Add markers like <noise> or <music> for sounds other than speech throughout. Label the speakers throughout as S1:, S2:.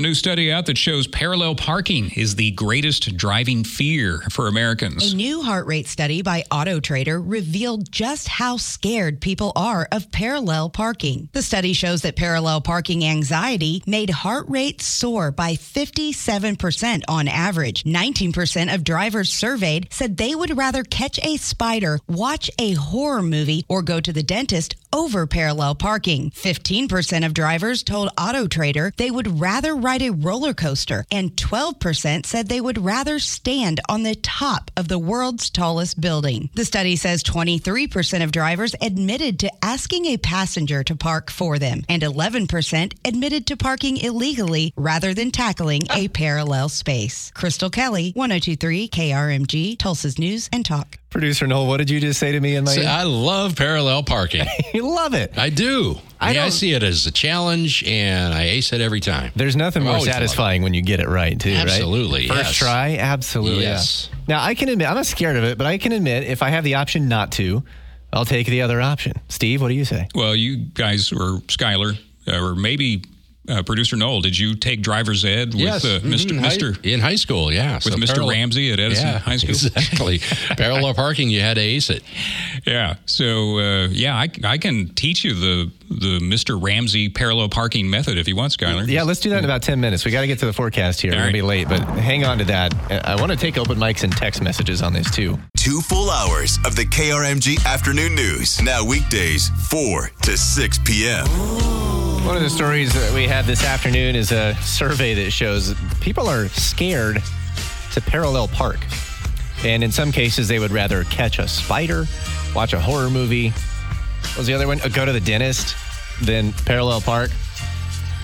S1: new study out that shows parallel parking is the greatest driving fear for Americans.
S2: A new heart rate study by Auto Trader revealed just how scared people are of parallel parking. The study shows that parallel parking anxiety made heart rate soar by 57% on average. 19% of drivers surveyed said they would rather catch a spider, watch a horror movie, or go to the dentist over parallel parking. 15% of drivers told Auto Trader they would rather ride a roller coaster, and 12% said they would rather stand on the top of the world's tallest building. The study says 23% of drivers admitted to asking a passenger to park for them, and 11% admitted to parking illegally rather than tackling a parallel space. Crystal Kelly, 1023 KRMG, Tulsa's News and Talk.
S3: Producer Noel, what did you just say to me in my
S4: See, I love parallel parking.
S3: <laughs> You love it.
S4: I
S3: I
S4: do. I, mean, I
S3: don't-
S4: see it as a challenge, and I ace it every time.
S1: uh,
S3: There's nothing
S4: I've
S3: more
S4: always loved it.
S3: satisfying when you get it right, too, right?
S4: Absolutely,
S3: First
S4: yes.
S3: try, absolutely. yeah.
S4: Yes.
S3: Now, I can admit, I'm not scared of it, but I can admit if I have the option not to, I'll take the other option. Steve, what do you say?
S1: Well, you guys or Skyler uh, or maybe uh, producer Noel, did you take driver's ed with uh, mister
S3: Mm-hmm.
S4: Mhm.
S1: mister
S4: Hi- in high school. Yeah,
S1: with Mr. Ramsey at Edison
S4: yeah,
S1: High School? <laughs>
S4: Exactly. parallel parking, you had to ace it.
S1: Yeah. So uh, yeah, I, I can teach you the the Mister Ramsey parallel parking method if you want, Skyler.
S3: Yeah, let's do that in about 10 minutes. We got to get to the forecast here. We're
S1: All
S3: going
S1: right.
S3: to be late, but hang on to that. I want to take open mics and text messages on this, too.
S5: Two full hours of the KRMG afternoon news. Now weekdays 4 to 6 p.m.
S3: One of the stories that we had this afternoon is a survey that shows people are scared to parallel park. And in some cases, they would rather catch a spider, watch a horror movie. What was the other one? Uh, Go to the dentist than parallel park.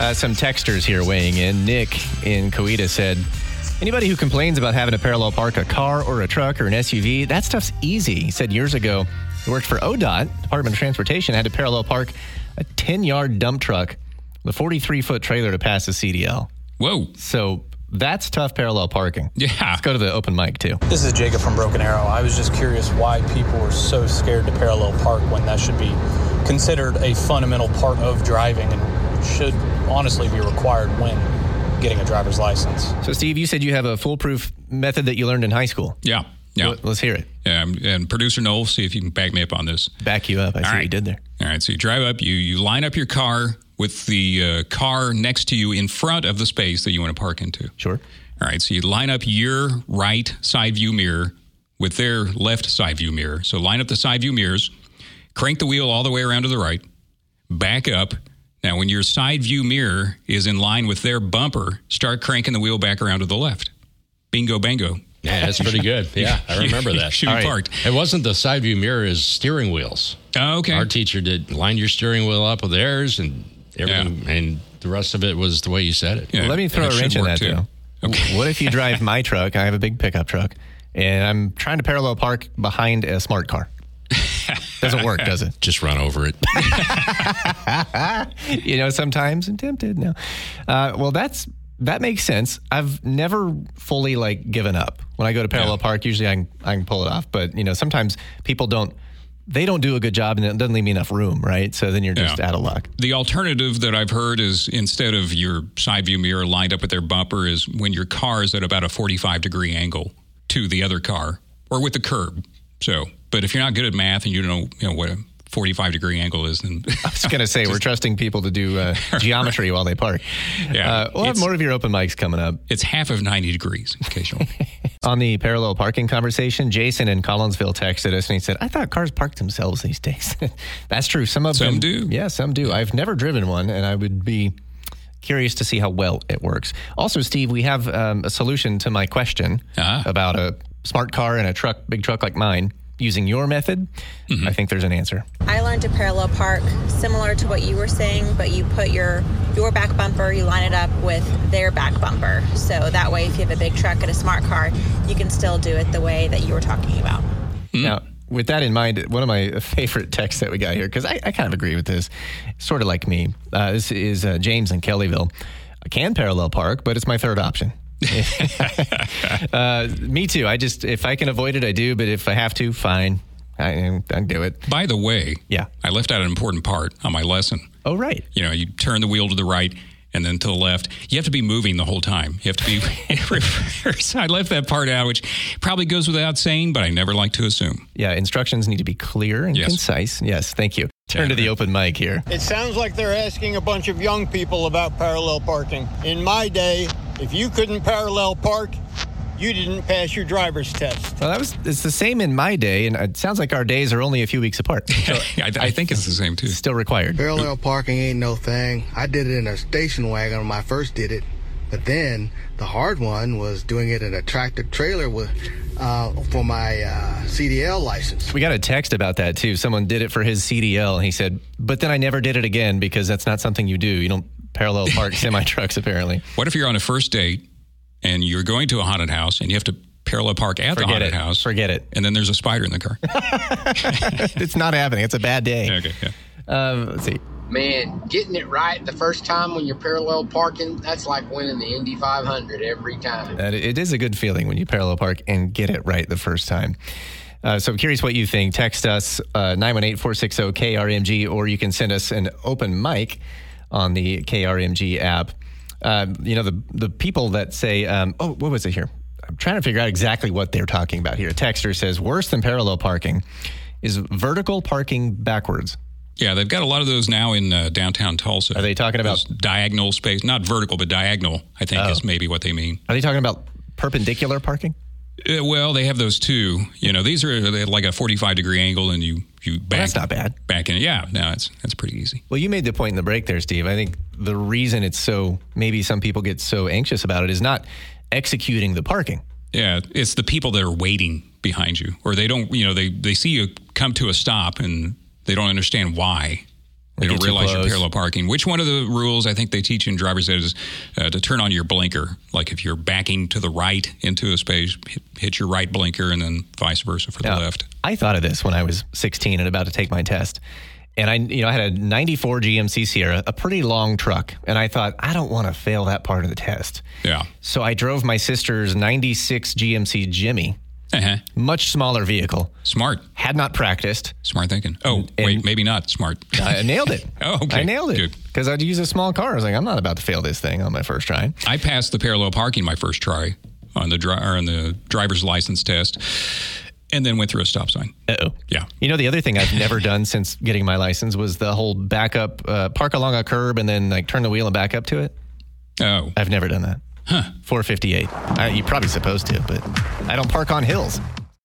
S3: Uh, some texters here weighing in. Nick in Coweta said, Anybody who complains about having to parallel park a car or a truck or an SUV, that stuff's easy. He said years ago, he worked for ODOT, Department of Transportation, had to parallel park a 10 yard dump truck with a 43 foot trailer to pass a CDL.
S1: Whoa.
S3: So that's tough parallel parking.
S1: Yeah.
S3: Let's go to the open mic, too.
S6: This is Jacob from Broken Arrow. I was just curious why people were so scared to parallel park when that should be considered a fundamental part of driving and should honestly be required when getting a driver's license.
S3: So, Steve, you said you have a foolproof method that you learned in high school.
S1: Yeah. Yeah.
S3: Let- Let's hear it.
S1: Yeah, and- and producer Noel, see if you can back me up on this.
S3: Back you up. I see what you
S1: right.
S3: did there.
S1: All right, so you drive up, you you line up your car with the uh, car next to you in front of the space that you want to park into.
S3: Sure.
S1: All right, so you line up your right side view mirror with their left side view mirror. So line up the side view mirrors, crank the wheel all the way around to the right, back up. Now, when your side view mirror is in line with their bumper, start cranking the wheel back around to the left. Bingo, bango.
S4: Yeah, that's
S1: <laughs>
S4: pretty good. Yeah, I remember
S1: You
S4: that.
S1: should be
S3: All right.
S1: parked.
S4: It wasn't the side view mirror; is steering wheels.
S1: Okay.
S4: Our teacher did line your steering wheel up with theirs, and everything, and the rest of it was the way you said it.
S1: Yeah,
S3: Let me
S1: and
S3: throw
S1: it
S3: a
S1: should
S3: wrench in
S1: work
S3: that,
S1: too.
S3: though.
S1: <laughs>
S3: W- What if you drive my truck? I have a big pickup truck, and I'm trying to parallel park behind a
S1: <laughs>
S3: smart car. Doesn't work, does it?
S4: Just run over it.
S3: You know, sometimes I'm tempted. No, uh, well, that's that makes sense. I've never fully like given up when I go to parallel park. Usually, I can I can pull it off, but you know, sometimes people don't. They don't do a good job, and it doesn't leave me enough room, right? So then you're just
S1: Yeah.
S3: out of luck.
S1: The alternative that I've heard is instead of your side view mirror lined up with their bumper, is when your car is at about a 45 degree angle to the other car or with the curb. So, but if you're not good at math and you don't know, you know what a 45 degree angle is, then <laughs>
S3: I was going to say we're trusting people to do uh, geometry while they park.
S1: Yeah,
S3: uh, we'll have
S1: it's-
S3: more of your open mics coming up.
S1: it's half of 90 degrees. In case you want.
S3: On the parallel parking conversation, Jason in Collinsville texted us and he said, "I thought cars park themselves these days." <laughs> That's true. Some of
S1: Some
S3: them
S1: do.
S3: Yeah, some do. I've never driven one, and I would be curious to see how well it works. Also, Steve, we have um, a solution to my question
S1: Ah.
S3: about a smart car and a truck, big truck like mine. Using your method,
S1: Mm-hmm.
S3: I think there's an answer.
S7: I learned to parallel park similar to what you were saying, but you put your your back bumper, you line it up with their back bumper. So that way if you have a big truck and a smart car, you can still do it the way that you were talking about.
S3: Now, with that in mind, one of my <laughs> favorite texts that we got here, because I, I kind of agree with this, sort of like me. Uh, this is uh, James in Kellyville. I can parallel park, but it's my third option. <laughs> uh, me too. I just, if I can avoid it, I do. But if I have to, fine. I, I do it.
S1: By the way,
S3: Yeah.
S1: I left out an important part on my lesson.
S3: Oh, right.
S1: You know, you turn the wheel to the right and then to the left. You have to be moving the whole time. You have to be <laughs> in reverse. I left that part out, which probably goes without saying, but I never like to assume.
S3: Yeah, instructions need to be clear and
S1: Yes.
S3: concise. Yes, thank you. Turn to the open mic here.
S8: It sounds like they're asking a bunch of young people about parallel parking. In my day, if you couldn't parallel park, you didn't pass your driver's test.
S3: Well, that was it's the same in my day, and it sounds like our days are only a few weeks apart. So <laughs>
S1: I, I think it's the same too.
S3: still required.
S9: Parallel parking ain't no thing. I did it in a station wagon when I first did it. But then the hard one was doing it in a tractor trailer with uh, for my uh, CDL license.
S3: We got a text about that too. Someone did it for his CDL, and he said, "But then I never did it again because that's not something you do. You don't parallel
S1: <laughs>
S3: park semi trucks, apparently."
S1: What if you're on a first date and you're going to a haunted house and you have to parallel park at the
S3: Forget
S1: haunted
S3: it.
S1: house?
S3: Forget
S1: <laughs>
S3: it.
S1: And then there's a spider in the
S3: <laughs>
S1: car.
S3: It's not happening. It's a bad day.
S1: okay, yeah.
S3: Uh, let's see.
S10: Man, getting it right the first time when you're parallel parking, that's like winning the Indy 500 every time.
S3: That it is a good feeling when you parallel park and get it right the first time. Uh, so I'm curious what you think. Text us uh, 918 460 KRMG, or you can send us an open mic on the KRMG app. Um, you know, the, the people that say, um, oh, what was it here? I'm trying to figure out exactly what they're talking about here. A texter says, worse than parallel parking is vertical parking backwards.
S1: Yeah, they've got a lot of those now in uh, downtown Tulsa.
S3: Are they talking about- Oh.
S1: Those diagonal space? Not vertical, but diagonal, I think is maybe what they mean.
S3: Are they talking about perpendicular parking?
S1: Uh, well, they have those too. You know, these are they have like a 45 degree angle and you, you back.
S3: that's not bad.
S1: Back in. Yeah, no, it's, that's pretty easy.
S3: Well, you made the point in the break there, Steve. I think the reason it's so maybe some people get so anxious about it is not executing the parking.
S1: Yeah, it's the people that are waiting behind you, or they don't. You know, they they see you come to a stop and they don't understand why. They
S3: They
S1: don't
S3: get too
S1: realize you're
S3: close.
S1: parallel parking. Which one of the rules I think they teach in driver's ed is uh, to turn on your blinker. Like if you're backing to the right into a space, hit, hit your right blinker, and then vice versa for the left.
S3: I thought of this when I was 16 and about to take my test. And I, you know, I had a 94 GMC Sierra, a pretty long truck, and I thought I don't want to fail that part of the test.
S1: Yeah.
S3: So I drove my sister's 96 GMC Jimmy,
S1: Uh-huh.
S3: much smaller vehicle.
S1: Smart,
S3: Had not practiced.
S1: smart thinking. Oh, wait, maybe not smart.
S3: <laughs> I nailed it.
S1: <laughs> Oh, okay.
S3: I nailed it
S1: Good.
S3: because I'd use a small car. I was like, I'm not about to fail this thing on my first try.
S1: I passed the parallel parking my first try on the dri- or on the driver's license test, and then went through a stop sign.
S3: Uh oh.
S1: Yeah.
S3: You know, the other thing I've never done since getting my license was the whole back up, uh, park along a curb and then like turn the wheel and back up to it.
S1: Oh,
S3: I've never done that. Huh. 458. I, you're probably supposed to, but I don't park on hills.